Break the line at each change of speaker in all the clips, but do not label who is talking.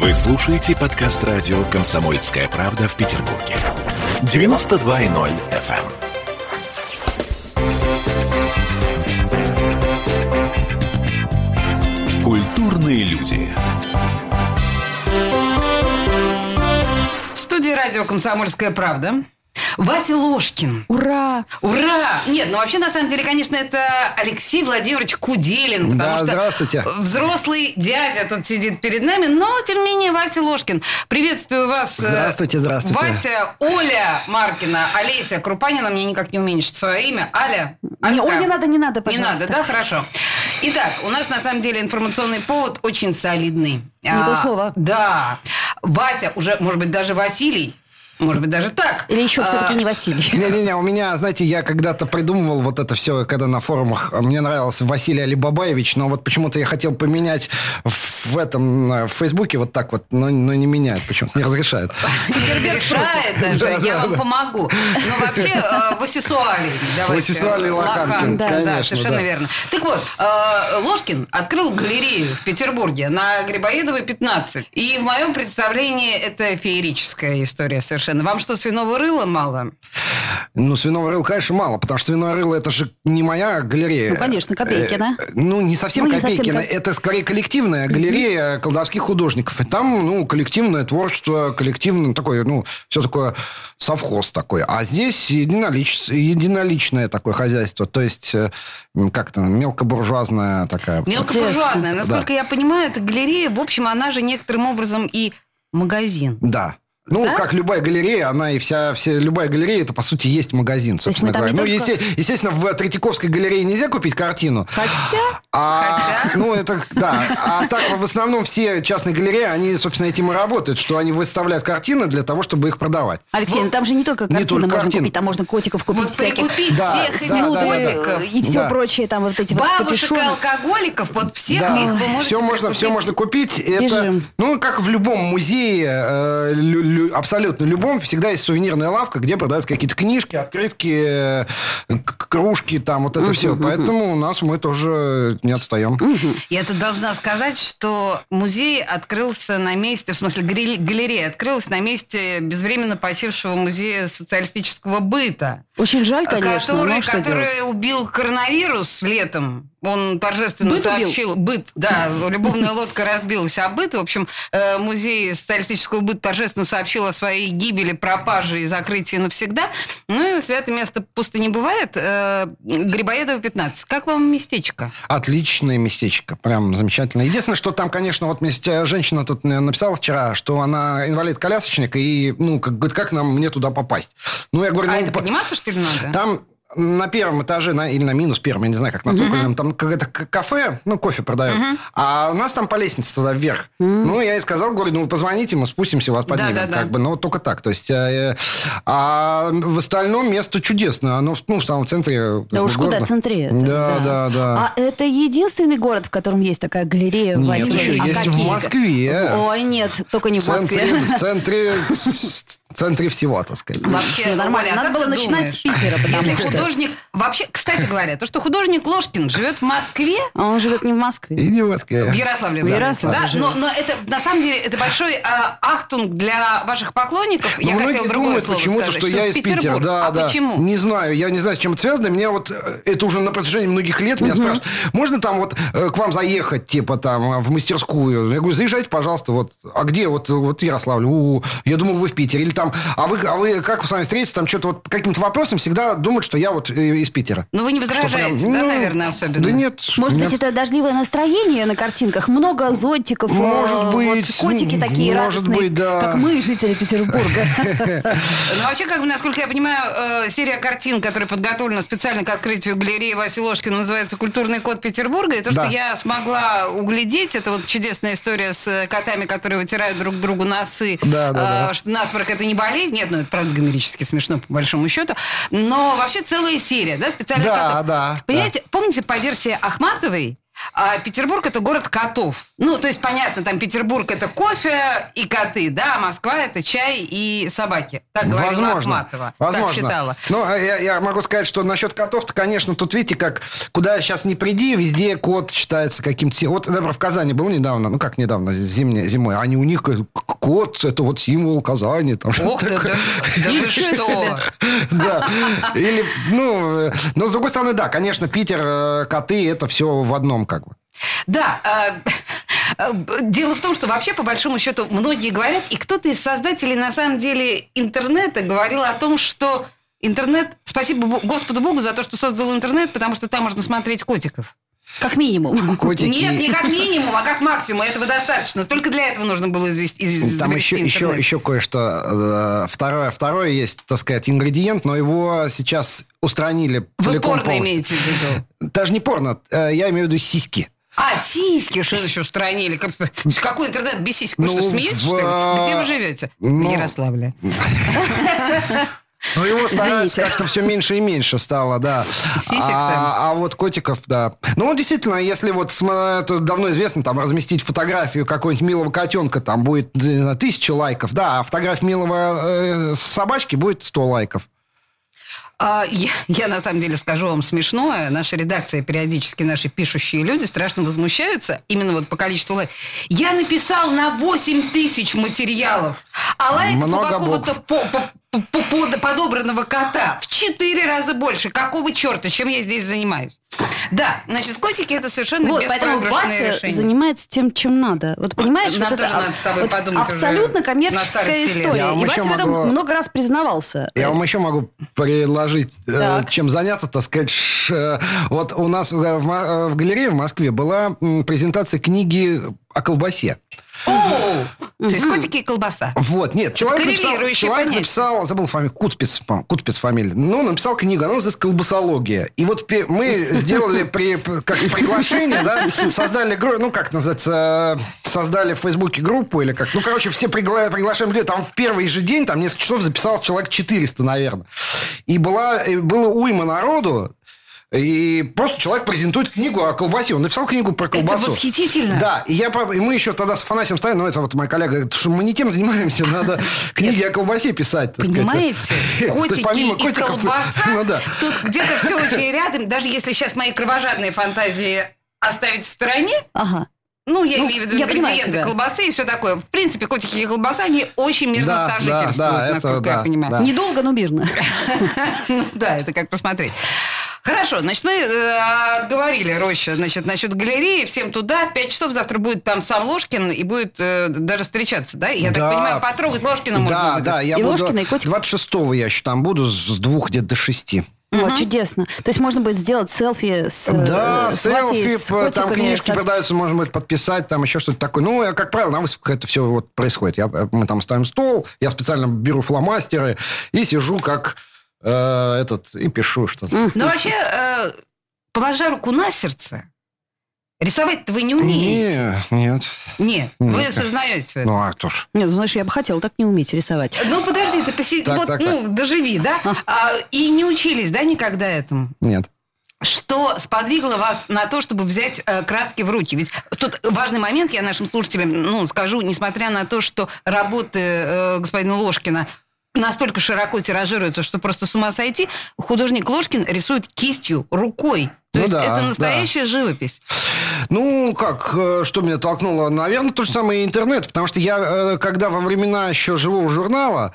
Вы слушаете подкаст радио «Комсомольская правда» в Петербурге. 92.0 FM. Культурные люди.
В студии радио «Комсомольская правда». Вася Ложкин.
Ура!
Ура! Нет, ну вообще, на самом деле, конечно, это Алексей Владимирович Куделин. Потому
Да,
что
здравствуйте.
Взрослый дядя тут сидит перед нами, но, тем не менее, Вася Ложкин. Приветствую вас. э,
Здравствуйте, здравствуйте.
Вася, Оля Маркина, Олеся Крупанина, мне никак не уменьшить свое имя. Аля,
Не,
Алька.
Оль, не надо, не надо,
А Не
пожалуйста.
надо, да? Хорошо. Итак, у нас на самом деле информационный повод очень солидный.
Не то
А,
слово.
Да. Вася, уже, может быть, даже Василий, может быть, даже так.
Или еще
А,
все-таки не Василий.
Не-не-не, у меня, знаете, я когда-то придумывал вот это все, когда на форумах э, мне нравился Василий Алибабаевич, но вот почему-то я хотел поменять в в этом, э, в Фейсбуке вот так вот, но, но не меняет, почему-то не разрешают.
Цукерберг правит даже, я вам помогу. Но вообще э, Васисуалий. давайте. э,
Васисуалий Лоханкин,
Лоханкин, Да,
конечно,
совершенно
да.
верно. Так вот, э, Ложкин открыл галерею в Петербурге на Грибоедовой 15. И в моем представлении это феерическая история совершенно. Вам что, свиного рыла мало?
Ну, свиного рыла, конечно, мало, потому что свиное рыло это же не моя галерея.
Ну, конечно, Копейкина.
Э, э, Ну, не совсем
Ну, не совсем
Копейкина,
Коп-
это скорее коллективная галерея колдовских художников. И там, ну, коллективное творчество, коллективное такое, ну, все такое совхоз такой. А здесь единолич... единоличное такое хозяйство, то есть э, м, как-то мелкобуржуазная такая.
Мелкобуржуазная.
Да.
Насколько я понимаю, это галерея, в общем, она же некоторым образом и магазин.
Да. Ну,
Да?
как любая галерея, она и вся, все, любая галерея, это, по сути, есть магазин,
есть
собственно
мы там
говоря.
не
Ну,
только-
есте- естественно, в Третьяковской галерее нельзя купить картину,
Хотя...
А,
Хотя-
ну, это, да. А так, в основном, все частные галереи, они, собственно, этим и работают, что они выставляют картины для того, чтобы их продавать.
Алексей, ну там же не только
Не
картины
только
можно
картины.
купить, там можно котиков купить
Вот
всяких.
прикупить
Да,
всех
да,
этих
Ну,
да, да.
котиков
котиков.
и все
Да.
прочее, там вот эти вот
Бабушек и
капюшоны.
алкоголиков, вот всех их вы можете
все можно, все
прикупить.
можно купить. Это,
Бежим.
ну, как в любом музее, э, лю- лю- абсолютно любом, всегда есть сувенирная лавка, где продаются какие-то книжки, открытки, э, к- кружки, там вот это все. Поэтому у нас мы тоже не отстаем.
Я тут должна сказать, что музей открылся на месте, в смысле галере- галерея открылась на месте безвременно почившего музея социалистического быта,
Очень жаль, Ну, конечно,
А который,
но что
который
делать?
убил коронавирус летом. Он торжественно
Быт убил?
сообщил. Быт, да, любовная лодка разбилась, а быт, в общем, э, музей социалистического быта торжественно сообщил о своей гибели, пропаже и закрытии навсегда. Ну и святое место пусто не бывает. Э, Грибоедова, 15. Как вам местечко?
Отличное местечко, прям замечательно. Единственное, что там, конечно, вот мне с- э, женщина тут э, написала вчера, что она инвалид-колясочник, и, ну, как, говорит, как нам мне туда попасть? Ну, я говорю,
А
ну,
это
по-
подниматься, что ли, надо?
там на первом этаже, на, или на минус первом, я не знаю, как на цокольном, там какое-то к- кафе, ну, кофе продают, а у нас там по лестнице туда вверх. Ну, я и сказал, говорю, ну, позвоните, мы спустимся, вас поднимем.
да, да.
как бы, ну, вот только так. То есть, э, э, а в остальном место чудесно. Оно, в- ну, в самом центре как
Да
бы,
уж куда
города.
центре это,
Да, да, да.
А это единственный город, в котором есть такая галерея
Нет,
Василия?
еще
А
есть в
какие?
Москве.
Ой, нет, только не
В
в Москве.
центре, в центре, в центре всего, так сказать.
Вообще,
Ну, нормально.
Оля, а
Надо
как
было
ты
начинать
думаешь?
с Питера, потому
Если
что-
художник... Вообще, кстати говоря, то, что художник Ложкин живет в Москве,
А он живет не в Москве.
И не в Москве.
в Ярославле,
В
да,
Ярославле
да,
живет.
но, но это, на самом деле, это большой а, ахтунг для ваших поклонников.
Но
я
Ну, многие
хотела другое
думают
слово
почему-то,
сказать,
что, я
в
из Питера.
Петербург.
Да,
а
да.
почему?
Не знаю, я не знаю, с чем это связано. Меня вот э, это уже на протяжении многих лет меня спрашивают, можно там вот э, к вам заехать, типа там э, в мастерскую? Я говорю, заезжайте, пожалуйста, вот. А где вот, э, вот в Ярославле? У, я думал, вы в Питере. Или там, а вы, а вы как вы с вами встретитесь? Там что-то вот по каким-то вопросам всегда думают, что я вот э, из Питера.
Ну, вы не
Что прям,
возражаете, да,
ну,
наверное, особенно?
Да нет.
Может
нет.
быть, это дождливое настроение на картинках, много зонтиков, э,
Может
вот
быть,
котики такие
может
радостные,
быть, да.
как мы, жители Петербурга.
Ну, вообще, как бы, насколько я понимаю, э, серия картин, которая подготовлена специально к открытию галереи Василия Ложкина, называется «Культурный код Петербурга». И то,
Да.
что я смогла углядеть, это вот чудесная история с э, котами, которые вытирают друг другу носы.
Да, да,
Э, Что насморк – это не болезнь. Нет, ну, это правда гомерически смешно, по большому счету. Но вообще целая серия, да, специальных
Да,
котов.
да,
Понимаете, помните по версии Ахматовой, А Петербург – это город котов. Ну, то есть, понятно, там Петербург – это кофе и коты, да, а Москва – это чай и собаки. Так говорила Ахматова. Так считала.
Ну, а я, я могу сказать, что насчет котов-то, конечно, тут видите, как куда сейчас не приди, везде кот считается каким-то... си- Вот, например, в Казани был недавно, ну, как недавно, зимне, зимой, они у них к- кот, это вот символ Казани. Там,
Ох ты, да,
такое.
да вы что?
Да. Или, ну, э, но с другой стороны, да, конечно, Питер, э, коты, это все в одном как бы.
Да, э, э, дело в том, что вообще, по большому счету, многие говорят, и кто-то из создателей, на самом деле, интернета говорил о том, что интернет... Спасибо Бо- Господу Богу за то, что создал интернет, потому что там можно смотреть котиков.
Как минимум.
Котики.
Нет, не как минимум, а как максимум. Этого достаточно. Только для этого нужно было извести, из-
Там
изобрести
еще, еще,
интернет.
еще кое-что. э, Второе, второе есть, так сказать, ингредиент, но его сейчас устранили
Вы
целиком
порно
полностью.
имеете в виду?
Даже не порно, э, я имею в виду сиськи.
А, сиськи, что еще устранили? Как- Какой интернет без сиськ? Вы
Ну,
что, смеетесь,
в-
что ли? Где вы живете?
Ну,
в Ярославле.
Ну, его стараются
Извините.
как-то все меньше и меньше стало, да.
Сисек там.
а, а вот котиков, да. Ну, действительно, если вот, см- это давно известно, там, разместить фотографию какого-нибудь милого котенка, там будет э, тысяча лайков, да, а фотография милого э, собачки будет 100 лайков.
А, я, я на самом деле скажу вам смешное. Наша редакция периодически, наши пишущие люди страшно возмущаются именно вот по количеству лайков. Я написал на 8 тысяч материалов, а лайков
Много
у какого-то
букв.
по- по- по- под- подобранного кота в 4 раза больше. Какого черта? Чем я здесь занимаюсь? Да, значит, котики это совершенно
Вот, поэтому э,
беспроигрышное
Вася
решение.
занимается тем, чем надо. Вот понимаешь,
нам
вот это
тоже надо
аб-
с тобой
вот
подумать уже
абсолютно
на
коммерческая
старости лет.
Я
история.
вам
И
еще
Вася в этом
могу-
много раз признавался.
Э, Я вам еще могу предложить, э,
Так.
чем заняться, так сказать. ш- э, вот у нас э, в, Ма- э, в галерее в Москве была м, презентация книги о колбасе.
Оу! То есть котики и колбаса.
Вот, нет, человек написал,
коррелирующие
человек
понятия.
написал, забыл фамилию, Кутпис, по-моему, Кутпис фамилия. Ну, он написал книгу, она называется «Колбасология». И вот пе- мы сделали при, как приглашение, да, создали, гру- ну, как называется, э, создали в Фейсбуке группу или как. Ну, короче, все пригла- приглашаем людей. Там в первый же день, там несколько часов записал человек 400, наверное. И была, и было уйма народу, и просто человек презентует книгу о колбасе. Он написал книгу про колбасу.
восхитительно.
Да, А, и, я, про- и мы еще тогда с Афанасием Сталиным, ну, это вот моя коллега, говорит, что мы не тем занимаемся, надо книги о колбасе писать. так сказать.
Понимаете?
То есть помимо
Котики и
котиков,
колбаса.
ну да.
Тут где-то все очень рядом. Даже если сейчас мои кровожадные фантазии оставить в стороне,
Ага.
ну, я
Ну,
имею в виду
я понимаю
ингредиенты
тебя.
колбасы и все такое. В принципе, котики и колбаса, они очень мирно
Да, да,
сожительствуют,
да, это
насколько я
да,
понимаю.
да.
Недолго, но мирно.
Ну да, это как посмотреть. Хорошо, значит, мы э, отговорили Роща, значит, насчет галереи, всем туда, в 5 часов завтра будет там сам Ложкин и будет э, даже встречаться, да? Я
Да.
так понимаю, потрогать Ложкина можно
Да,
будет.
да, я
И
буду...
Ложкина, и котика.
26-го я еще там буду, с двух где-то до шести.
О, чудесно. То есть можно будет сделать селфи с э,
Да,
с Васей,
селфи,
с
п- там
котиками,
книжки
со-
продаются, можно будет подписать, там еще что-то такое. Ну, я, как правило, на выставках это все вот происходит. Я, э, мы там ставим стол, я специально беру фломастеры и сижу как э, этот, и пишу что-то.
Но вообще, э, положа руку на сердце, рисовать-то вы не умеете.
Не, нет.
Нет. Вы
Нет.
осознаете это.
Ну, а кто ж.
Нет, ну, знаешь, я бы хотела так не уметь рисовать.
Ну, подожди, ты посиди,
Так,
вот,
так,
ну, доживи, да? А, и не учились, да, никогда этому?
Нет.
Что сподвигло вас на то, чтобы взять э, краски в руки? Ведь тут важный момент, я нашим слушателям ну, скажу, несмотря на то, что работы э, господина Ложкина настолько широко тиражируются, что просто с ума сойти, художник Ложкин рисует кистью, рукой. То
Ну
есть
да,
это
да.
настоящая живопись.
Ну, как, э, что меня толкнуло? Наверное, то же самое и интернет. Потому что я, э, когда во времена еще живого журнала,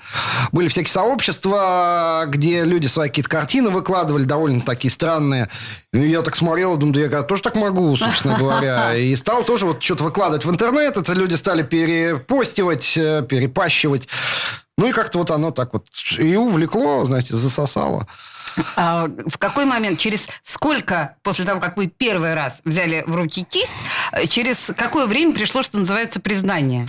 были всякие сообщества, где люди свои какие-то картины выкладывали, довольно такие странные. И я так смотрел, и думаю, да я как, тоже так могу, собственно говоря. И стал тоже вот что-то выкладывать в интернет. Это люди стали перепостивать, э, перепащивать. Ну, и как-то вот оно так вот и увлекло, знаете, засосало.
А в какой момент, через сколько, после того, как вы первый раз взяли в руки кисть, э, через какое время пришло, что называется, признание?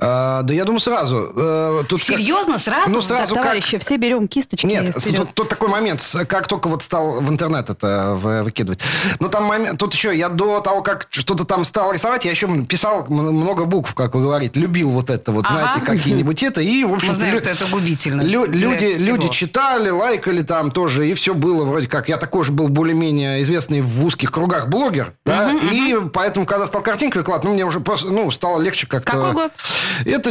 А, да я думаю, сразу. Э, тут как-
Серьезно, сразу?
Ну, сразу
так,
как-
товарищи, все берем кисточки.
Нет,
вперед.
тут, тут такой момент, с- как только вот стал в интернет это в- выкидывать. Ну, там момент, тут еще я до того, как что-то там стал рисовать, я еще писал м- много букв, как вы говорите, любил вот это вот,
Ага.
знаете, какие-нибудь это, и, в общем
Мы знаем, что это губительно.
Лю-
для
люди,
всего.
люди читали, лайкали там тоже, и все было вроде как. Я такой же был более-менее известный в узких кругах блогер, да, и поэтому, когда стал картинки выкладывать, ну, мне уже просто, ну, стало легче как-то.
Какой год?
Это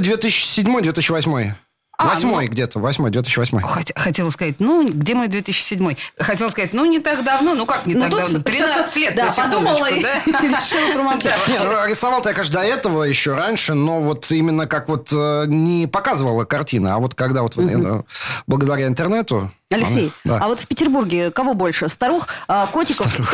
2007-2008.
А,
Восьмой
ну-
где-то, восьмой, 2008.
Хот- Хотела сказать, ну, где мой 2007? Хотела сказать, ну, не так давно, ну, как не
Ну,
так
тут-
давно? 13 лет,
Да,
на
подумала и
секундочку, да?
решила промолчать.
Не, ну, рисовал-то я, конечно, до этого еще раньше, но вот именно как вот э, не показывала картина, а вот когда вот э, благодаря интернету...
Алексей,
она- да.
а вот в Петербурге кого больше? Старух, а, котиков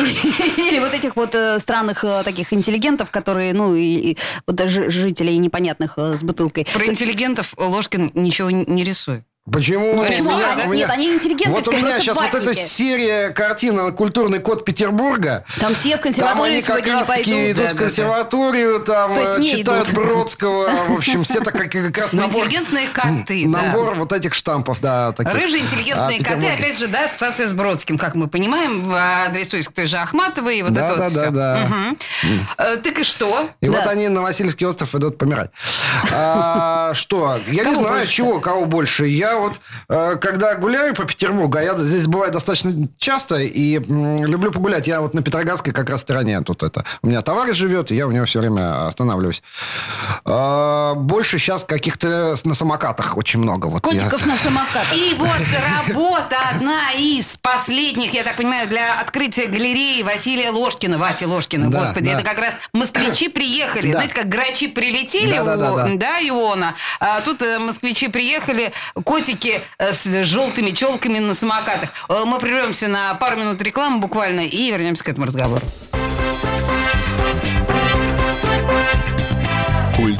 или вот этих вот э, странных э, таких интеллигентов, которые, ну, и, и вот даже жителей непонятных э, с бутылкой?
Про интеллигентов Ложкин ничего не не рисует.
Почему?
Ну,
У
рисовал,
меня-
да?
у меня-
Нет, они интеллигенты
Вот у
все,
меня
просто
сейчас вот эта
ватники.
серия картина «Культурный код Петербурга».
Там все в
Там
консерваторию
они как
сегодня не
раз-таки
пойдут.
идут
да,
в
да, да.
консерваторию, там
То есть
э,
не
читают
идут.
Бродского. а, В общем, все так как, как раз
Ну,
набор,
интеллигентные коты, да.
набор вот этих штампов, да. таких.
Рыжие
А,
интеллигентные коты,
Петербурга.
опять же, да, ассоциация с Бродским, как мы понимаем, адресуясь к той же Ахматовой, и вот
Да,
это
да,
вот
да,
все.
да.
Так и что?
И
Да.
вот они на Васильевский остров идут помирать. А, что? Я не
Кого
знаю,
больше-то?
чего, кого больше. Я вот, э, когда гуляю по Петербургу, а я здесь бываю достаточно часто и м, люблю погулять. Я вот на Петроградской как раз стороне тут это. У меня товарищ живет, и я у него все время останавливаюсь. А, больше сейчас каких-то с- на самокатах очень много. Вот я-
Котиков на самокатах.
И вот работа одна из последних, я так понимаю, для открытия галереи Василия Ложкина. Васи Ложкина,
Да,
господи,
да.
это как раз москвичи приехали.
Да.
Знаете, как грачи прилетели
Да,
у
да, да, да.
да, Иона, а тут э, москвичи приехали, котики э, с желтыми челками на самокатах. Э, Мы прервемся на пару минут рекламы буквально и вернемся к этому разговору.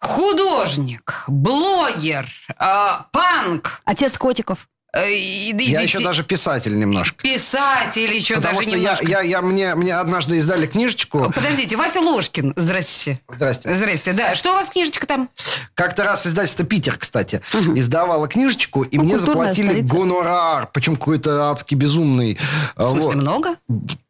художник, блогер, э, панк.
Отец котиков.
э, и- и-
Я
и-
еще даже писатель немножко.
Писатель еще
Потому
даже
что я,
немножко.
я, я- мне, мне однажды издали книжечку.
Подождите, Вася Ложкин, здрасте.
Здрасте.
Здрасте, да. Что у вас книжечка там?
Как-то раз издательство «Питер», кстати, издавало книжечку, и
Ну,
мне
культурная
заплатили
столица.
гонорар, причем какой-то адский безумный. э,
В смысле,
Вот.
много?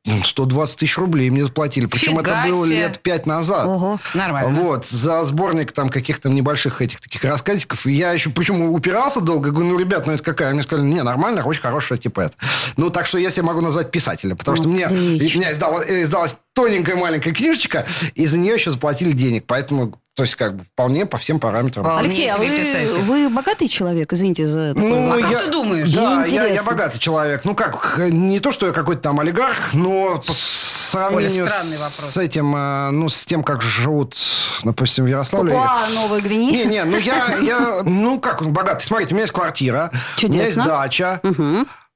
Ну, 120 тысяч рублей мне заплатили. Причем
Фига
это было
себе.
лет пять назад.
Ого.
Нормально.
Вот, за сборник там каких-то небольших этих таких рассказиков. И я еще, причем упирался долго, говорю, ну, ребят, ну это какая? Мне сказали, не, нормально, очень хорошая, типа это. Ну, так что я себя могу назвать писателем, потому что мне,
Отлично.
и меня издала- э, издалась тоненькая маленькая книжечка, и за нее еще заплатили денег. Поэтому, то есть, как бы, вполне по всем параметрам.
Вполне
Алексей, а
себе
вы,
писатель.
вы богатый человек, извините за А такой
Ну,
вопрос.
а как
я-
ты думаешь?
Да,
Мне
я, я
интересно.
богатый человек. Ну как, х- не то, что я какой-то там олигарх, но по сравнению
странный вопрос.
с этим, а, ну, с тем, как живут, допустим, в Ярославле... я-
Папуа, Новая Гвинея.
Не-не, ну я, я, ну как он богатый? Смотрите, у меня есть квартира, у меня есть
Чудесно.
дача,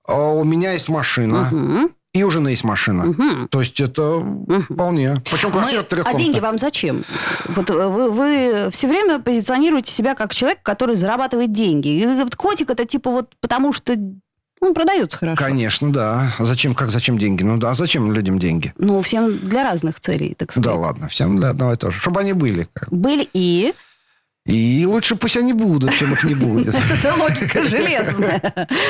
а, у меня есть машина. И у жены есть машина. То есть это вполне. Причем квартира
А деньги
трехкомнатная.
вам зачем? Вот э, вы, вы все время позиционируете себя как человек, который зарабатывает деньги. И вот котик это типа вот потому что он продается хорошо.
Конечно, да. Зачем, как зачем деньги? Ну да, а зачем людям деньги?
Ну, всем для разных целей, так
Да
сказать.
ладно, всем для одного и того же. Чтобы они были. как бы.
Были и...
И лучше пусть они будут, чем их не будет.
Это логика железная.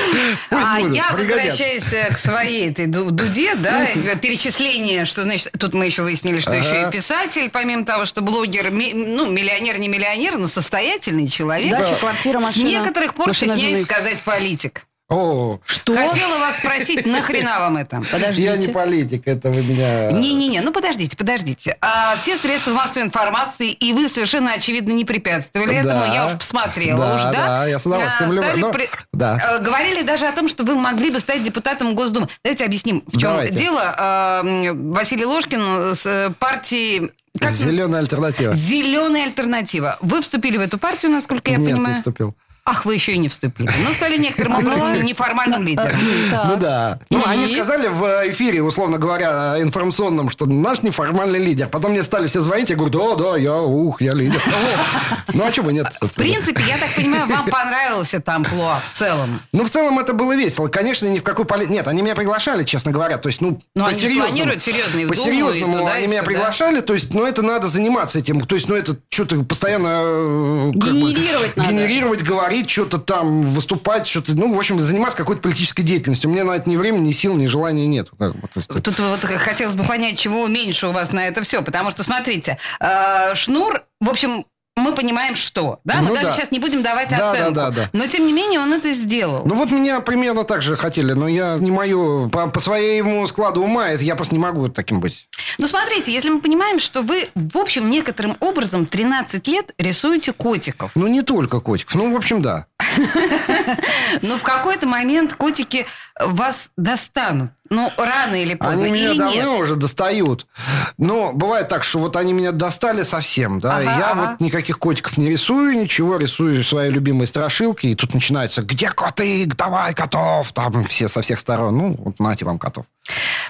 А
будут,
я
пригодятся. Ну.
возвращаюсь э, к своей этой ду- дуде, да, э, перечисление, что значит, тут мы еще выяснили, что еще и писатель, помимо того, что блогер, ми- ну, миллионер, не миллионер, но состоятельный человек.
Дача, квартира,
С
машина.
некоторых пор
машина
стесняюсь
жены.
сказать политик.
О,
Что?
Хотела вас спросить, нахрена вам это?
я не
Подождите.
политик, это вы меня...
Не-не-не, ну подождите, подождите. А, все средства массовой информации, и вы совершенно очевидно не препятствовали
Да.
этому. Я уж посмотрела
Да,
уж, да?
да, я с удовольствием,
А,
Люба,
стали
но-
при-
да.
э, Говорили даже о том, что вы могли бы стать депутатом Госдумы. Давайте объясним, в чем
Давайте.
дело. А, м, Василий Ложкин с э, партии... как-
Зеленая альтернатива.
Зеленая альтернатива. Вы вступили в эту партию, насколько я
Нет,
понимаю?
не А вступил.
Ах, вы еще и не вступили. Ну, стали некоторым образом неформальным лидером.
Ну да. Ну,
И?
они сказали в эфире, условно говоря, информационном, что наш неформальный лидер. Потом мне стали все звонить, я говорю, да, да, я, ух, я лидер. Ну, а чего бы нет,
В
собственно.
принципе, я так понимаю, вам понравился там амплуа в целом.
Ну, в целом это было весело. Конечно, ни в какую поли... Нет, они меня приглашали, честно говоря. То есть, ну,
Ну, они же
по-серьезному.
планируют серьезно и в Думу, и
По-серьезному
туда, и
они меня
сюда.
приглашали. То есть, ну, это надо заниматься этим. То есть, ну, это что-то постоянно... э, как бы,
Генерировать надо.
Генерировать, говорить, что-то там, выступать, что-то... Ну, в общем, заниматься какой-то политической деятельностью. У меня на это ни времени, ни сил, ни желания нет. Как бы, то есть,
Тут вот хотелось бы понять, чего меньше у вас на это все. Потому что, смотрите, э, шнур, в общем, мы понимаем, что. Да, мы
Ну
даже
да.
сейчас не будем давать
Да, да,
оценку.
да, да.
Но тем не менее, он это сделал.
Ну вот меня примерно так же хотели, но я не мою, по, по своему складу ума, это я просто не могу таким быть.
Ну, смотрите, если мы понимаем, что вы, в общем, некоторым образом 13 лет рисуете котиков.
Ну не только котиков, ну в общем да.
Но в какой-то момент котики вас достанут. Ну, рано или поздно.
Они меня
или
давно
нет.
уже достают. Но бывает так, что вот они меня достали совсем, да, и
Ага,
я
ага.
вот никаких котиков не рисую, ничего, рисую свои любимые страшилки, и тут начинается, где коты, давай котов, там все со всех сторон, ну вот нате вам котов.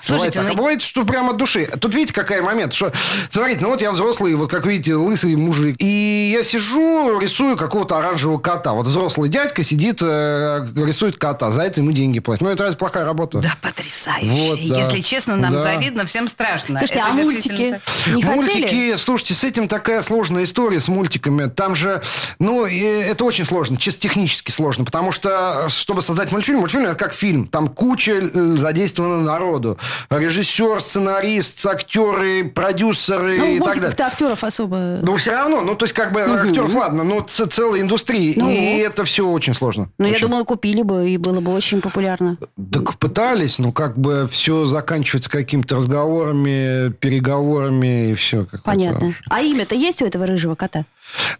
Слушайте,
бывает, так.
ну,
А бывает, что прямо от души. Тут видите, какая момент. Что, смотрите, ну вот я взрослый, вот как видите, лысый мужик. И я сижу, рисую какого-то оранжевого кота. Вот взрослый дядька сидит, э, рисует кота. За это ему деньги платят. Ну, это разве плохая работа?
Да, потрясающе.
Вот, да.
Если честно, нам
Да.
завидно, всем страшно.
Слушайте,
Это
а
действительно
мультики
так.
не
Ну, мультики,
хотели?
слушайте, с этим такая сложная история с мультиками. Там же, ну, э, это очень сложно, чисто технически сложно, потому что, э, чтобы создать мультфильм, мультфильм это как фильм, там куча э, задействовано народу. Режиссер, сценарист, актеры, продюсеры
Ну,
и
в
так далее.
мультиках-то актеров особо...
Ну, все равно, ну, то есть, как бы, актеров, ладно, но ц- целая индустрия,
Ну.
и это все очень сложно.
Ну, я
Очень.
думала, купили бы, и было бы очень популярно.
Так пытались, но как бы все заканчивается какими-то разговорами, переговорами и все.
Понятно. А имя-то есть у этого рыжего кота?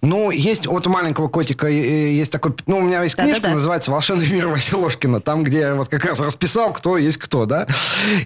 Ну, есть от маленького котика, э, э, есть такой, ну, у меня есть
Да-да-да.
книжка, называется «Волшебный мир Василия Ложкина», там, где я вот как раз расписал, кто есть кто, да.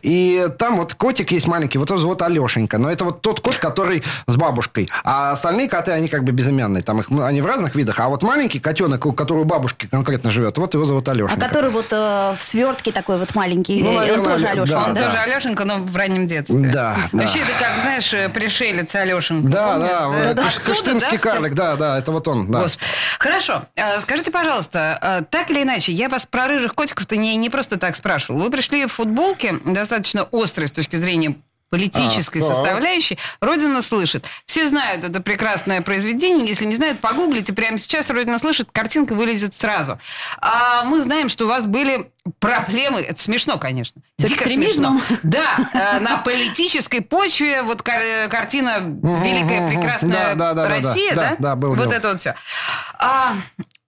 И там вот котик есть маленький, вот его зовут Алешенька, но это вот тот кот, который с бабушкой, а остальные коты, они как бы безымянные, там их, ну, они в разных видах, а вот маленький котенок, у которого бабушки конкретно живет, вот его зовут
А
Алешенька.
который вот э, в свертке такой вот маленький,
Ну,
э, он
наверное,
тоже
да,
Алешка.
Он
да.
тоже Алешенька, но в раннем детстве.
Да, да.
Вообще, это как, знаешь, э, пришелец Алешенька.
Да,
помнишь,
да, вот Кыш-
Оттуда,
Кыштымский
да, всё?
карлик, да, да, это вот он, да.
Господи. Хорошо. Э, Скажите, пожалуйста, э, так или иначе, я вас про рыжих котиков-то не, не просто так спрашивал. Вы пришли в футболке, достаточно острой с точки зрения политической
А, да.
составляющей. Родина слышит. Все знают это прекрасное произведение. Если не знают, погуглите. Прямо сейчас Родина слышит, картинка вылезет сразу. А мы знаем, что у вас были проблемы. Это смешно, конечно.
С
Дико
экстремизмом?
смешно. Да, э, на политической почве вот кар- э, картина «Великая
мгм.
прекрасная
Да, да, да, да, да.
Россия»,
Да,
да?
да, было
Вот
дело.
это это вот все.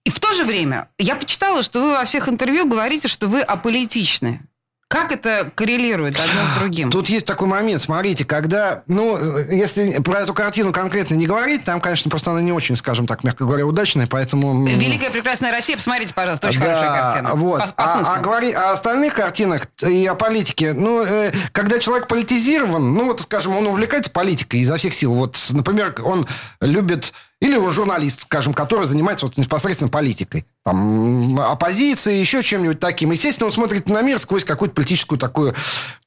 и в то же время я почитала, что вы во всех интервью говорите, что вы аполитичны. Как это коррелирует одно с другим?
Тут есть такой момент, смотрите, когда, ну, э, если про эту картину конкретно не говорить, там, конечно, просто она не очень, скажем так, мягко говоря, удачная, поэтому... м,
Великая прекрасная Россия, посмотрите, пожалуйста, очень
да,
хорошая картина.
Вот.
По, по
а,
смыслу.
а говори о остальных картинах и о политике. Ну, э, когда человек политизирован, ну, вот, скажем, он увлекается политикой изо всех сил. Вот, например, он любит... Или он журналист, скажем, который занимается вот непосредственно политикой. там, оппозицией, еще чем-нибудь таким. Естественно, он смотрит на мир сквозь какую-то политическую такую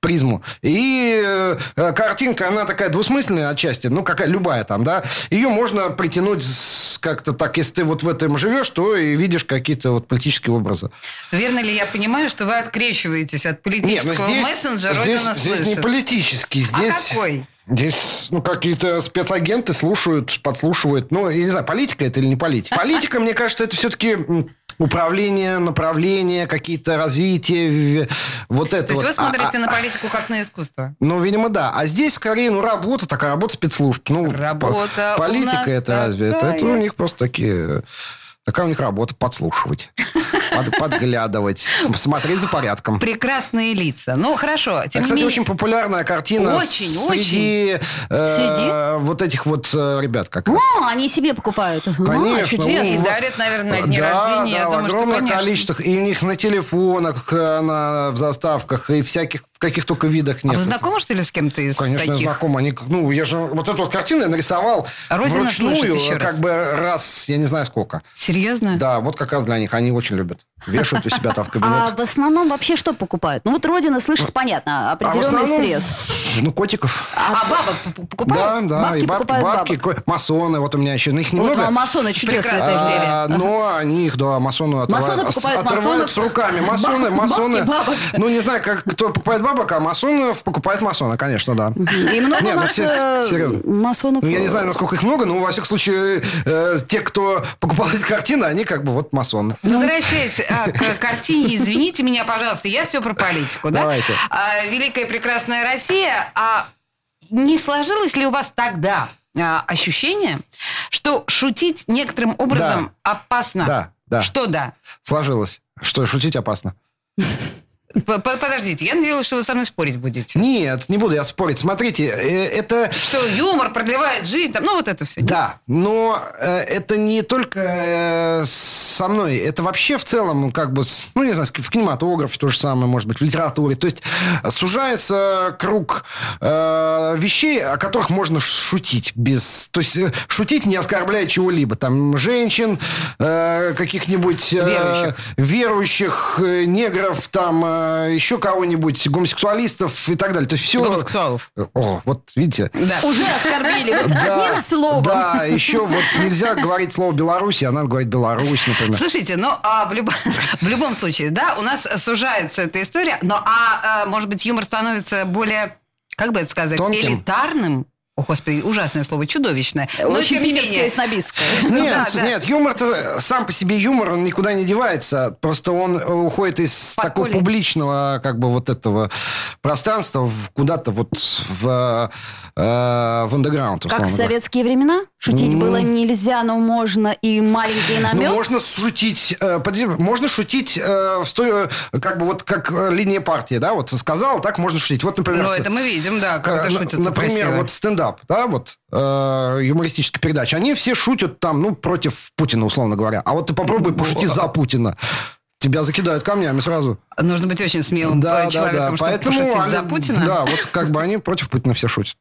призму. И э, картинка, она такая двусмысленная отчасти, ну, какая любая там, да. Ее можно притянуть с- как-то так, если ты вот в этом живешь, то и видишь какие-то вот политические образы.
Верно ли я понимаю, что вы открещиваетесь от
Нет,
политического мессенджера
ну здесь,
«Родина
здесь не
слышит»?
политический,
А
здесь...
какой?
Здесь, ну, какие-то спецагенты слушают, подслушивают. Ну, я не знаю, политика это или не политика. Политика, мне кажется, это все-таки управление, направление, какие-то развития, в- вот это
То есть
вот.
вы смотрите
А- а-
на политику как на искусство?
Ну, видимо, да. А здесь скорее, ну, работа такая, работа спецслужб. Ну,
Работа
по-
у
политика
нас
это разве? Это, это у
такая.
них просто такие... Такая у них работа подслушивать, под- подглядывать, см- смотреть за порядком.
Прекрасные лица. Ну, хорошо.
А,
Тем
Кстати,
не-
очень популярная картина
Очень,
среди, э,
Среди?
вот этих вот э, ребят как раз.
О, они себе покупают. А,
Конечно,
чудесно.
И
в-
дарят, наверное, на дни
Да,
рождения.
да,
я
в
думаю, что,
огромных
конечно.
количествах. И у них на телефонах, э, на, в заставках, и всяких, в каких только видах
А
нет. ну,
вы знакомы, что ли, с кем-то из
Конечно,
таких?
знаком. Они, как- ну, я же вот эту вот картину я нарисовал
«Родина
вручную, э,
слышит» еще
как
раз.
бы раз, я не знаю сколько.
Серьезно?
Да, вот как раз для них. Они очень любят. Вешают у себя там в
А
кабинетах.
в основном вообще что покупают? Ну вот Родина слышит, понятно,
А в
определенный
основном,
срез.
Ну, котиков.
А бабок п-
Да,
покупают?
да,
Бабки
и бабки,
покупают
бабки, ко- масоны, вот у меня еще, ну, их немного.
Вот а, масоны чудесная
Прекрасная
история.
серия.
А, Но они их, да, масоны отрывают,
Масоны
с-
покупают
отрывают
масонов.
с руками. Масоны,
Баб-
масоны.
бабки, бабок.
Ну, не знаю, как кто покупает бабок, а масонов покупает масона, конечно, да.
И много
Не,
у
ну,
нас
се-
э,
серьезно.
масонов.
Ну, я не знаю, насколько их много, но, во всяком случае, э, те, кто покупал эти картины, они как бы вот масоны.
Возвращаясь а, к картине, извините меня, пожалуйста, я все про политику, да?
Давайте.
А, Великая и прекрасная Россия, а не сложилось ли у вас тогда а, ощущение, что шутить некоторым образом опасно?
Да, да.
Что да?
Сложилось. Что, шутить опасно?
П- п- Подождите, я надеялась, что вы со мной спорить будете.
Нет, не буду я спорить. Смотрите, э, это...
Что юмор продлевает жизнь, там, ну вот это все.
Да, но э, это не только э, со мной, это вообще в целом, как бы, с- ну, не знаю, с- в кинематографе то же самое, может быть, в литературе. То есть э, сужается круг э, вещей, о которых можно ш- шутить без... То есть э, шутить, не оскорбляя чего-либо. Там женщин, э, каких-нибудь... э,
Верующих.
верующих, э, негров, там, э, еще кого-нибудь, гомосексуалистов и так далее. То есть все...
Гомосексуалов.
О, вот видите,
Да.
Уже оскорбили вот
да,
одним словом.
Да, еще вот нельзя говорить слово Беларусь, а надо говорить Беларусь, например.
Слушайте, ну а в, любо- в любом случае, да, у нас сужается эта история, но а, а, может быть юмор становится более, как бы это сказать,
Тонким.
элитарным. О, господи, ужасное слово, чудовищное. Но
Очень
тем не
питерская и
менее.
снобистская.
Ну
Нет,
да, да.
нет, юмор-то сам по себе юмор, он никуда не девается. Просто он э, уходит из
Подполье.
такого публичного, как бы вот этого пространства в- куда-то вот в, э, в андеграунд.
Как
условно
в
говоря.
советские времена? Шутить было нельзя, но можно и маленький намек.
Ну, можно шутить, э, подожди, можно шутить э, в сто- э, как бы вот как э, линия партии, да, вот сказал, так можно шутить. Вот, например,
Ну,
с-
это мы видим, да, как это
Э,
шутится
Например,
красиво.
вот стендап, да, вот э, юмористическая передача. Они все шутят там, ну, против Путина, условно говоря. А вот ты
Ну,
попробуй пошути за Путина. Тебя закидают камнями сразу.
Нужно быть очень смелым э, человеком, чтобы пошутить за
они-
Путина.
Да, вот как бы они против Путина все шутят.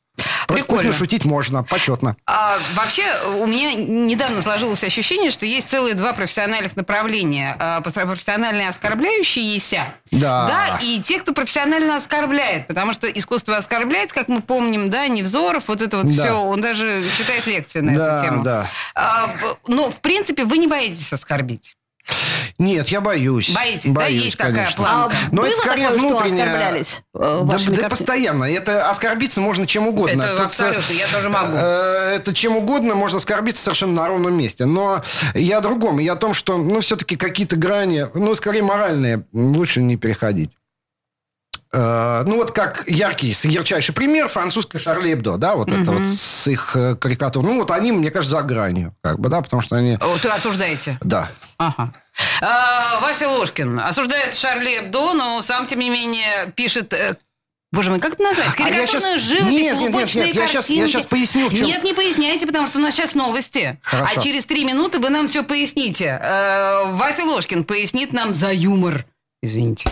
Против
Прикольно.
Путина шутить можно, почетно.
А, вообще, у меня недавно сложилось ощущение, что есть целые два профессиональных направления. А, постро- Профессиональные оскорбляющиеся,
Да.
да, и те, кто профессионально оскорбляет. Потому что искусство оскорблять, как мы помним, да, Невзоров, вот это вот
Да.
все, он даже читает лекции на
Да,
эту тему.
да.
А, б- ну, в принципе, вы не боитесь оскорбить.
Нет, я боюсь.
Боитесь, да, есть такая
А
планка.
Но
было
это скорее
такое, что
внутреннее-
оскорблялись э,
Да,
вашими
да
картинами?
постоянно. Это оскорбиться можно чем угодно.
Это
Тут, э,
абсолютно, я тоже могу.
э, Это чем угодно можно оскорбиться совершенно на ровном месте. Но я о другом. Я о том, что, ну, все-таки какие-то грани, ну, скорее моральные, лучше не переходить. Э, Ну, вот как яркий, с- ярчайший пример французская Шарли Эбдо, да, вот это вот с их э, карикатур. Ну, вот они, мне кажется, за гранью, как бы, да, потому что они...
О, Ты осуждаете.
Да.
Ага. А, Вася Ложкин осуждает Шарли Эбдо, но сам, тем не менее, пишет... э, Боже мой, как это назвать?
А я
Карикатурную
щас-
живопись,
Нет, нет, нет,
лубочные
нет, я щас- я
картинки.
щас поясню, в чём-
Нет, не поясняйте, потому что у нас сейчас новости.
Хорошо.
А через три минуты вы нам все поясните. Э, Вася Ложкин пояснит нам за юмор. Извините.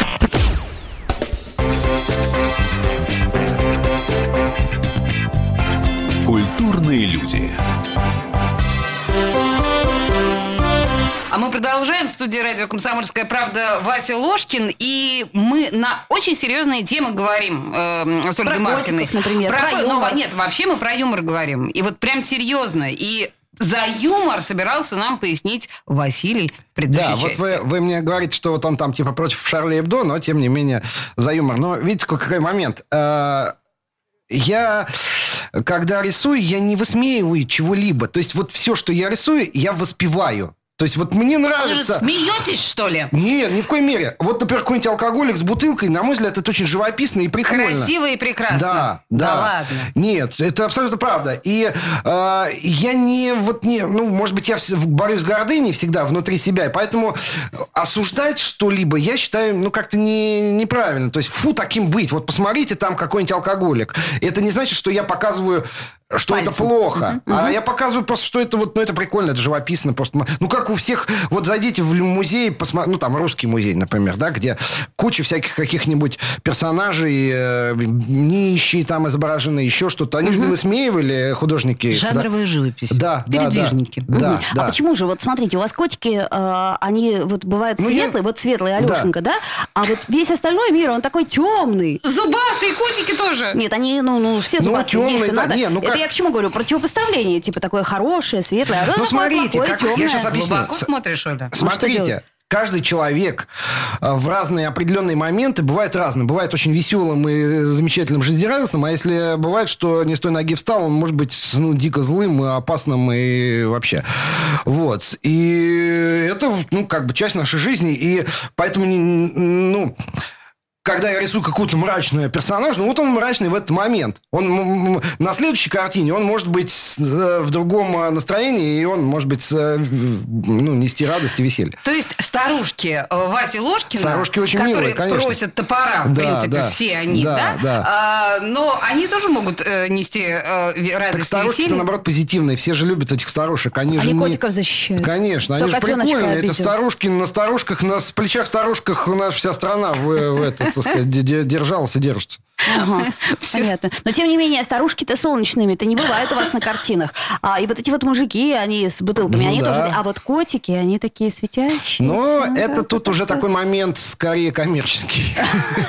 Культурные люди.
А мы продолжаем. В студии радио «Комсомольская правда» Вася Ложкин. И мы на очень серьезные темы говорим э, с Ольгой
Про
Маркиной.
котиков, например, про
ну,
юмор.
Нет, вообще мы про юмор говорим. И вот прям серьезно. И за юмор собирался нам пояснить Василий в предыдущей
Да, вот
части.
вы, вы мне говорите, что вот он там типа против Шарли Эбдо, но тем не менее за юмор. Но видите, какой какой момент. Э, Я, когда рисую, я не высмеиваю чего-либо. То есть вот все, что я рисую, я воспеваю. То есть вот мне
Вы же
нравится...
смеетесь, что ли?
Нет, ни в коей мере. Вот, например, какой-нибудь алкоголик с бутылкой, на мой взгляд, это очень живописно и прикольно.
Красиво и прекрасно.
Да, да.
Да ладно.
Нет, это абсолютно правда. И э, я не, вот не, ну, может быть, я вс- борюсь с гордыней всегда внутри себя, и поэтому осуждать что-либо, я считаю, ну, как-то не, неправильно. То есть, фу, таким быть. Вот посмотрите, там какой-нибудь алкоголик. Это не значит, что я показываю что это плохо. А я показываю просто, что это вот, ну, это прикольно, это живописно. Просто, м- ну, как у всех, вот зайдите в лю- музей, посмо- ну, там, русский музей, например, да, где куча всяких каких-нибудь персонажей, э, нищие там изображены, еще что-то. Они же высмеивали художники.
Жанровая живопись.
Да, да, да.
Передвижники.
Да,
Мгм.
да.
А почему же? Вот смотрите, у вас котики, э, они вот бывают
Ну, я-
светлые, вот светлый Алешенька, да. А вот весь остальной мир, он такой темный.
Зубастые котики тоже.
Нет, они, ну, ну все
Ну,
зубастые,
тёмные,
есть и
да,
надо.
не, ну
Это
как-
я к чему говорю? Противопоставление, типа такое хорошее, светлое. а
Ну,
такое
смотрите,
плохое,
как- я
тёмное.
щас объясню.
Глубоко
С-
смотришь, Оля?
ну, что
Смотрите,
делать?
каждый человек э, в разные определенные моменты бывает разным. Бывает очень веселым и э, замечательным жизнерадостным, а если бывает, что не с той ноги встал, он может быть ну, дико злым и опасным и вообще. Вот. И это, ну, как бы часть нашей жизни, и поэтому, не- ну, когда я рисую какую-то мрачную персонаж, ну вот он мрачный в этот момент. Он м- м- на следующей картине, он может быть с- э, в другом э, настроении, и он может быть с, э, в- ну, нести радость и веселье.
То есть старушки э, Васи Ложкина,
Старушки очень
которые
милые, конечно.
просят топора, в
Да,
принципе,
да.
все они, да?
Да, да.
А, но они тоже могут э, нести э, ве-
А
Так
радость и
старушки-то,
веселье.
наоборот, позитивные. Все же любят этих старушек. Они, же
Они
не-
котиков защищают.
Конечно, они
Кто
же
котеночка
прикольные.
обидел?
Это старушки на старушках, на с- плечах старушках у нас вся страна в, э, в это, так сказать, де- де- держалась и держится.
Ага, понятно. Но тем не менее, старушки-то солнечными-то не бывают у вас на картинах. А, и вот эти вот мужики, они с бутылками,
Ну
они
да.
тоже... А вот котики, они такие ну, светящие.
Но это тут уже такой момент скорее коммерческий.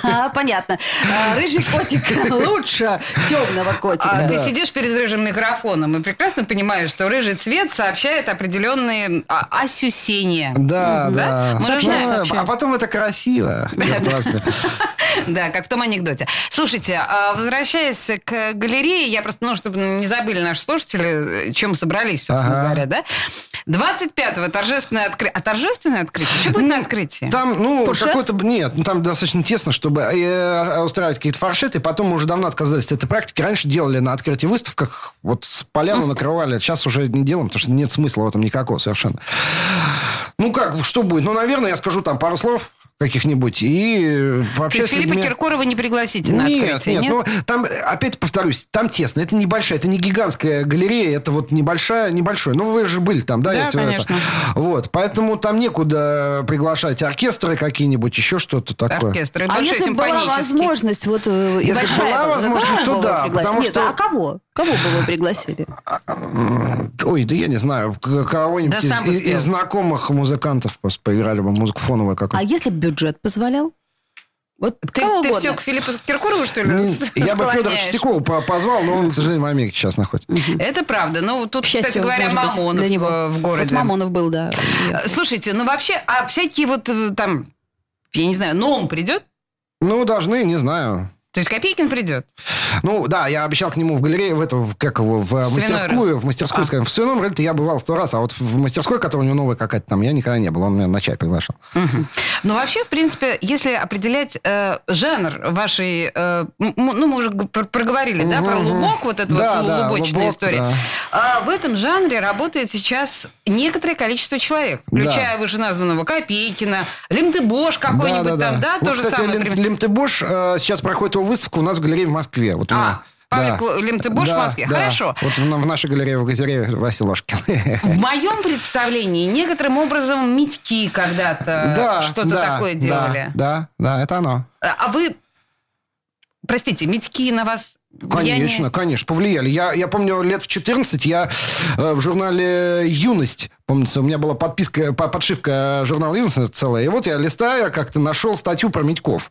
А, понятно. А, Рыжий котик лучше темного
А
котика.
Ты сидишь перед рыжим микрофоном и прекрасно понимаешь, что рыжий цвет сообщает определенные а, осюсения.
Да,
Мгм,
да.
Мы же
Ну,
знаем.
а потом это красиво. Черт возьми.
Да, как в том анекдоте. Слушайте, а, возвращаясь к галерее, я просто, ну, чтобы не забыли наши слушатели, э, чем собрались, собственно
Ага.
говоря, да? 25-го торжественное открытие. А торжественное открытие? Что
Ну,
будет на открытии?
Там, ну,
Фуршет?
какой-то... Нет, ну, там достаточно тесно, чтобы э, устраивать какие-то фаршеты. Потом мы уже давно отказались от этой практики. Раньше делали на открытии выставках, вот с поляну накрывали. Сейчас уже не делаем, потому что нет смысла в этом никакого совершенно. Ну, как, что будет? Ну, наверное, я скажу там пару слов каких-нибудь. И
То
вообще...
есть
с
Филиппа
людьми-
Киркорова не пригласите на
нет,
открытие?
Нет, ну, там, опять повторюсь, там тесно. Это небольшая, это не гигантская галерея, это вот небольшая, небольшая. Ну, вы же были там, да?
Да,
вы это-
конечно.
Вот, поэтому там некуда приглашать оркестры какие-нибудь, еще что-то такое.
Оркестр, и
А
большой
если бы была
симфонический.
возможность, вот э, и
Если
большая
была
была,
возможность,
какая
то
бы вы
да,
пригласили?
потому
Нет,
что- А
а кого? Кого бы вы пригласили?
Ой, да я не знаю, к- кого-нибудь
Да
из,
сам бы
из-
спел.
из знакомых музыкантов просто поиграли бы, музыку фоновую
А
какую-то.
если бы бюджет позволял? Вот
Ты,
кого
ты
угодно.
все к Филиппу Киркорову, что ли,
Не-
с-
Я бы Федора
склоняешь?
Чистякова по- позвал, но он, к сожалению, в Америке сейчас находится.
Это правда. Ну, тут,
К счастью,
кстати говоря,
может быть,
Мамонов
для него.
э, в городе.
Вот Мамонов был, да.
Э, Слушайте, ну вообще, а всякие вот э, там, я не знаю, но он придет?
Ну, должны, не знаю.
То есть Копейкин придет?
Ну, да, я обещал к нему в галерее, в эту, в- как его, в э,
Свиной
мастерскую,
рынок.
в мастерскую,
А.
скажем. В свином рынке я бывал сто раз, а вот в мастерской, которая у него новая какая-то там, я никогда не был. Он меня на чай приглашал.
Но вообще, в принципе, если определять э, жанр вашей... э, м- м- ну, мы уже г- пр- проговорили, да, про
Мгм.
лубок, вот эта
Да,
вот
да,
лубочная
лубок,
история.
да.
А в этом жанре работает сейчас некоторое количество человек, включая вышеназванного Копейкина, Лимтебош какой-нибудь там, да,
вот,
то же
кстати,
самое.
Лим,
примерно.
Лимтебош, э, сейчас проходит его выставка у нас в галерее в Москве.
А,
Вот у меня.
Павлик Л- Лимтебош в
Да,
Москве.
да.
Хорошо.
Вот в, на- в нашей галерее, в галерее Васи Ложкин.
В моем представлении некоторым образом Митьки когда-то
Да,
Э, что-то
да,
такое
да,
делали.
Да, да, это оно.
А а вы, простите, Митьки на вас влияние-
Конечно, конечно, повлияли. Я, я помню, лет в 14 я э, в журнале «Юность», помнится, у меня была подписка, по- подшивка журнала «Юность» целая. И вот я листаю, как-то нашел статью про Митьков.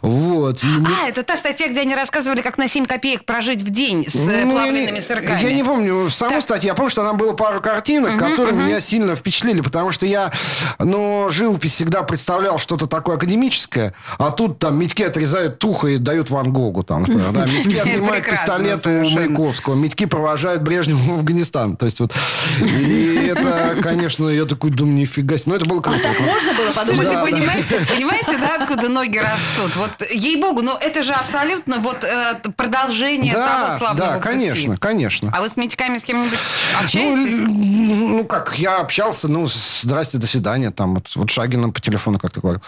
Вот. и мне-
А, это та статья, где они рассказывали, как на 7 копеек прожить в день с э,
Ну, я
плавленными
не-
сырками.
Я не помню саму статью. Я помню, что там было пару картинок, которые меня сильно впечатлили, потому что я, ну, живопись всегда представлял что-то такое академическое, а тут там Митьки отрезают тухо и дают Ван Гогу. Там, например, да. Митьки отнимают
Прекрасно
пистолет у Маяковского, Митьки провожают Брежнева в Афганистан. То есть вот... И это, конечно, я такой думаю, нифига себе. Но это было круто.
Можно было
подумать?
Ну, Слушайте,
Да, да.
понимаете, понимаете, да, откуда ноги растут? Вот, ей-богу, но это же абсолютно вот э, продолжение того
Да,
славного
да,
пути.
конечно, конечно.
А вы с Митьками с кем-нибудь
Ну,
общаетесь?
л- ну, как, я общался, ну, с- здрасте, до свидания, там, вот, вот Шагином по телефону как-то говорил.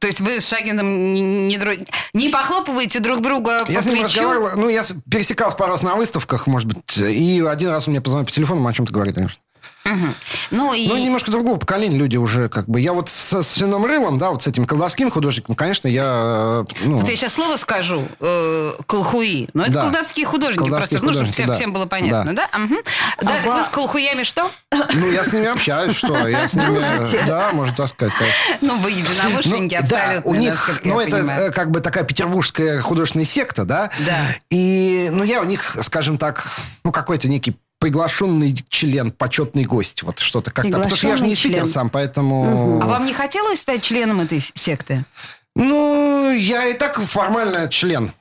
То есть вы с Шагином не, не дру- не похлопываете друг друга
Я
по
с ним
плечу?
разговаривал, ну, я с- пересекался пару раз на выставках, может быть, и один раз он мне позвонил по телефону, мы о чем-то говорили. конечно.
Мгм. Ну, и...
Ну, немножко другого поколения люди уже, как бы. Я вот со свином рылом, да, вот с этим колдовским художником, конечно, я... э, Ну,
Вот я сейчас слово скажу, э, колхуи. Но это
Да.
колдовские художники,
Колдовские
просто, ну, чтобы
художники,
всем,
да.
всем было понятно, да? Да, Мгм. Да, так вы с колхуями что?
ну, я с ними общаюсь, что? Я с ними...
Дружите?
э, Да, можно так сказать, конечно.
Ну, вы единомышленники
Ну, да,
абсолютно,
у них,
насколько я
ну, это
понимаю.
э, как бы такая петербургская художественная секта, да?
Да.
И, ну, я у них, скажем так, ну, какой-то некий приглашенный член, почетный гость, вот что-то как-то. Потому что я же не из
Приглашенный
Питера
член.
сам, поэтому...
А вам не хотелось стать членом этой секты?
Ну, я и так формально член.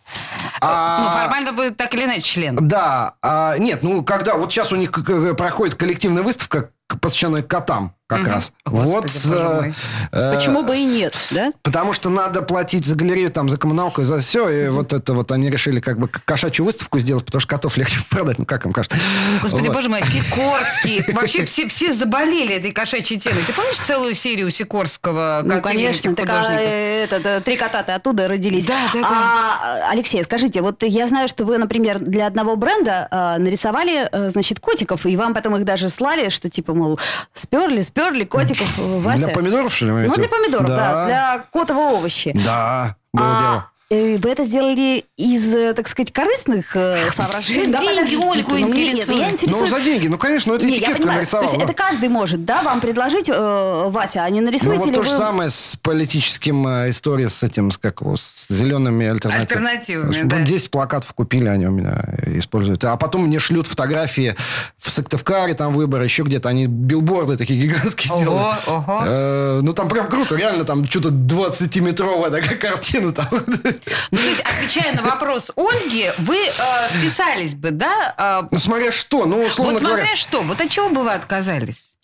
А-
Ну, формально вы так или иначе член.
Да, а, нет, ну когда вот сейчас у них к- к- проходит коллективная выставка, к- посвященная котам как
Мгм.
раз.
Господи, боже мой.
э,
Почему бы и нет, да?
Потому что надо платить за галерею, там, за коммуналку, и за все. И вот это вот они решили как бы к- кошачью выставку сделать, потому что котов легче продать. Ну, как им кажется.
Господи,
Вот.
боже мой, Сикорский. Вообще все, все заболели этой кошачьей темой. Ты помнишь целую серию Сикорского?
Ну,
как именно этих
конечно, так, а,
художников?
э, этот, э, три кота-то оттуда родились.
да, да.
А, Алексей, скажите, вот я знаю, что вы, например, для одного бренда э, нарисовали, э, значит, котиков, и вам потом их даже слали, что типа, мол, сперли, сперли котиков, э, Вася.
Для помидоров, что ли? вы
Ну,
имеете
для
в виду?
помидоров, да, для котового овощи.
Да, было
А,
дело.
э, Вы это сделали из, э, так сказать, корыстных э, соображений? Да,
деньги
подождите,
Ольгу
ну, нет,
интересуют.
я интересую-
Ну, за деньги. Ну, конечно, ну, это
Не, я
этикетка
понимаю. То
нарисовала.
есть это каждый может, да, вам предложить, э, Вася, а не
Ну,
нарисуете
вот
ли
то же
вы-
самое с политическим э, историей, с этим, с как его, с зелеными альтернативами.
Альтернативами, да.
10 плакатов купили, они у меня э, используют. А потом мне шлют фотографии в Сыктывкаре, там выборы, еще где-то. Они билборды такие гигантские
Ого,
сделали.
ого.
Э, Ну, там прям круто, реально, там что-то 20-метровая такая картина. Там.
Ну, то есть, отвечая на вопрос Ольги, вы э, вписались бы, да? э,
Ну, смотря что, ну, условно
вот смотря
говоря.
что, вот от чего бы вы отказались?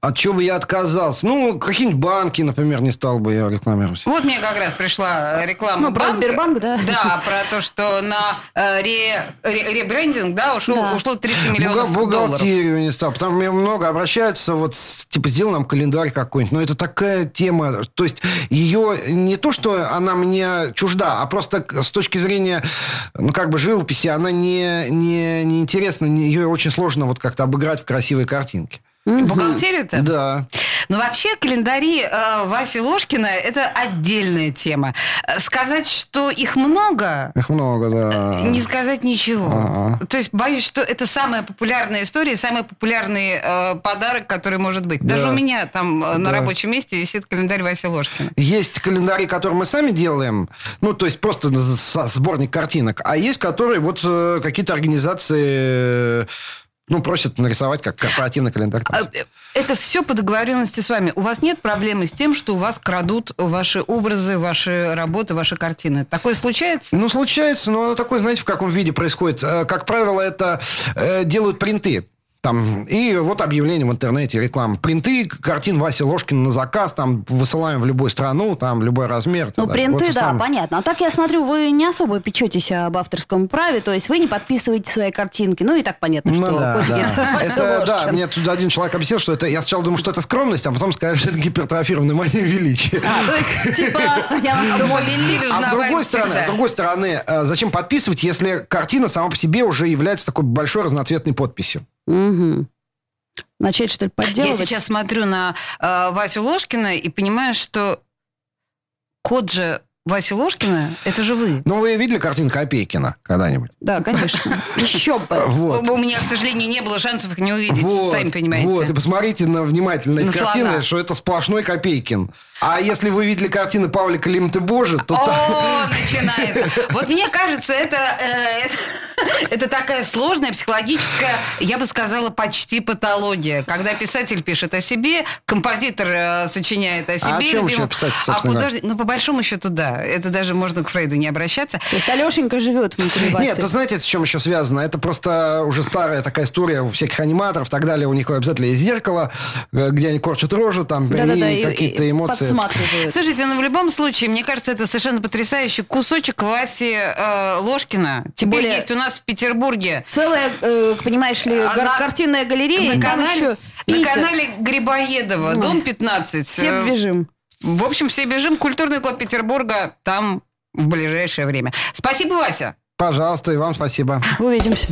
От чего бы я отказался? Ну, какие-нибудь банки, например, не стал бы я рекламировать.
Вот мне как раз пришла э, реклама
Ну, про
банка.
Сбербанк, да.
Да, про то, что на э, ре- ре- ребрендинг, да, ушел,
Да.
ушло 300
Бухга-
миллионов долларов.
бухгалтерию не стал. Потому мне много обращаются, вот, с- типа, сделал нам календарь какой-нибудь. Но это такая тема. То есть, ее не то, что она мне чужда, а просто к- с точки зрения, ну, как бы, живописи, она не, не, не интересна. не- Ее очень сложно вот как-то обыграть в красивой картинке.
Бухгалтерию-то?
Да.
Но Ну, вообще календари э, Васи Ложкина – это отдельная тема. Э, Сказать, что их много,
Их много, да.
не сказать ничего.
Ага.
То есть боюсь, что это самая популярная история, и самый популярный э, подарок, который может быть. Даже
Да.
у меня там э, на
Да.
рабочем месте висит календарь Васи Ложкина.
Есть календари, которые мы сами делаем, ну, то есть просто з- со- сборник картинок, а есть которые вот э, какие-то организации э, Ну, просят нарисовать как корпоративный календарь.
А, э, Это все по договоренности с вами. У вас нет проблемы с тем, что у вас крадут ваши образы, ваши работы, ваши картины. Такое случается?
Ну, случается, но оно такое, знаете, в каком виде происходит. Э, Как правило, это э, делают принты. Там, и вот объявление в интернете, реклама. Принты картин Васи Ложкина на заказ, там высылаем в любую страну, там любой размер.
Ну,
т.д.
принты,
Вот и
да,
сам-
понятно. А так я смотрю, вы не особо печетесь об авторском праве, то есть вы не подписываете свои картинки. Ну, и так понятно,
Ну
что
да,
котики
да.
это Вася
Это, да,
Ложкин.
мне тут один человек объяснил, что это... Я сначала думал, что это скромность, а потом сказали, что это гипертрофированная мания величия.
А, то есть, типа, я вас
Мой
думаю, лили
А с другой
узнаваем
стороны,
всегда.
с другой стороны, э, зачем подписывать, если картина сама по себе уже является такой большой разноцветной подписью?
Мгм. Начать, что ли,
Я
подделывать?
сейчас смотрю на э, Васю Ложкина и понимаю, что кот же Васи Ложкина, это же вы.
Ну, вы видели картину Копейкина когда-нибудь?
Да, конечно. Еще бы.
Вот.
У меня, к сожалению, не было шансов их не увидеть,
Вот,
сами понимаете.
Вот, и посмотрите на внимательно
На
эти
слона.
картины, что это сплошной Копейкин. А если вы видели картины Павла Климта Божи, то там...
О, начинается. Вот мне кажется, это, э, это, это такая сложная психологическая, я бы сказала, почти патология. Когда писатель пишет о себе, композитор э, сочиняет о себе.
А о чем
любимом,
еще писать,
а
собственно говоря?
художник- ну, по большому счету, да. Это даже можно к Фрейду не обращаться.
То есть Алешенька живет внутри вас.
Нет, то знаете, с чем еще связано? Это просто уже старая такая история у всяких аниматоров и так далее. У них обязательно есть зеркало, э, где они корчат рожи, там, и какие-то эмоции.
подсматривает.
Слушайте, ну в любом случае, мне кажется, это совершенно потрясающий кусочек Васи э, Ложкина. Теперь
более-
есть у нас в Петербурге.
Целая, э, понимаешь ли,
А
гар-
на-
картинная галерея, и
на,
там
канале,
еще
на
Питер.
канале Грибоедова,
Ой.
дом 15.
Все
Э,
бежим.
В общем, все бежим. Культурный код Петербурга там в ближайшее время. Спасибо, Вася.
Пожалуйста, и вам спасибо.
Увидимся.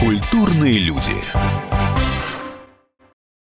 Культурные люди.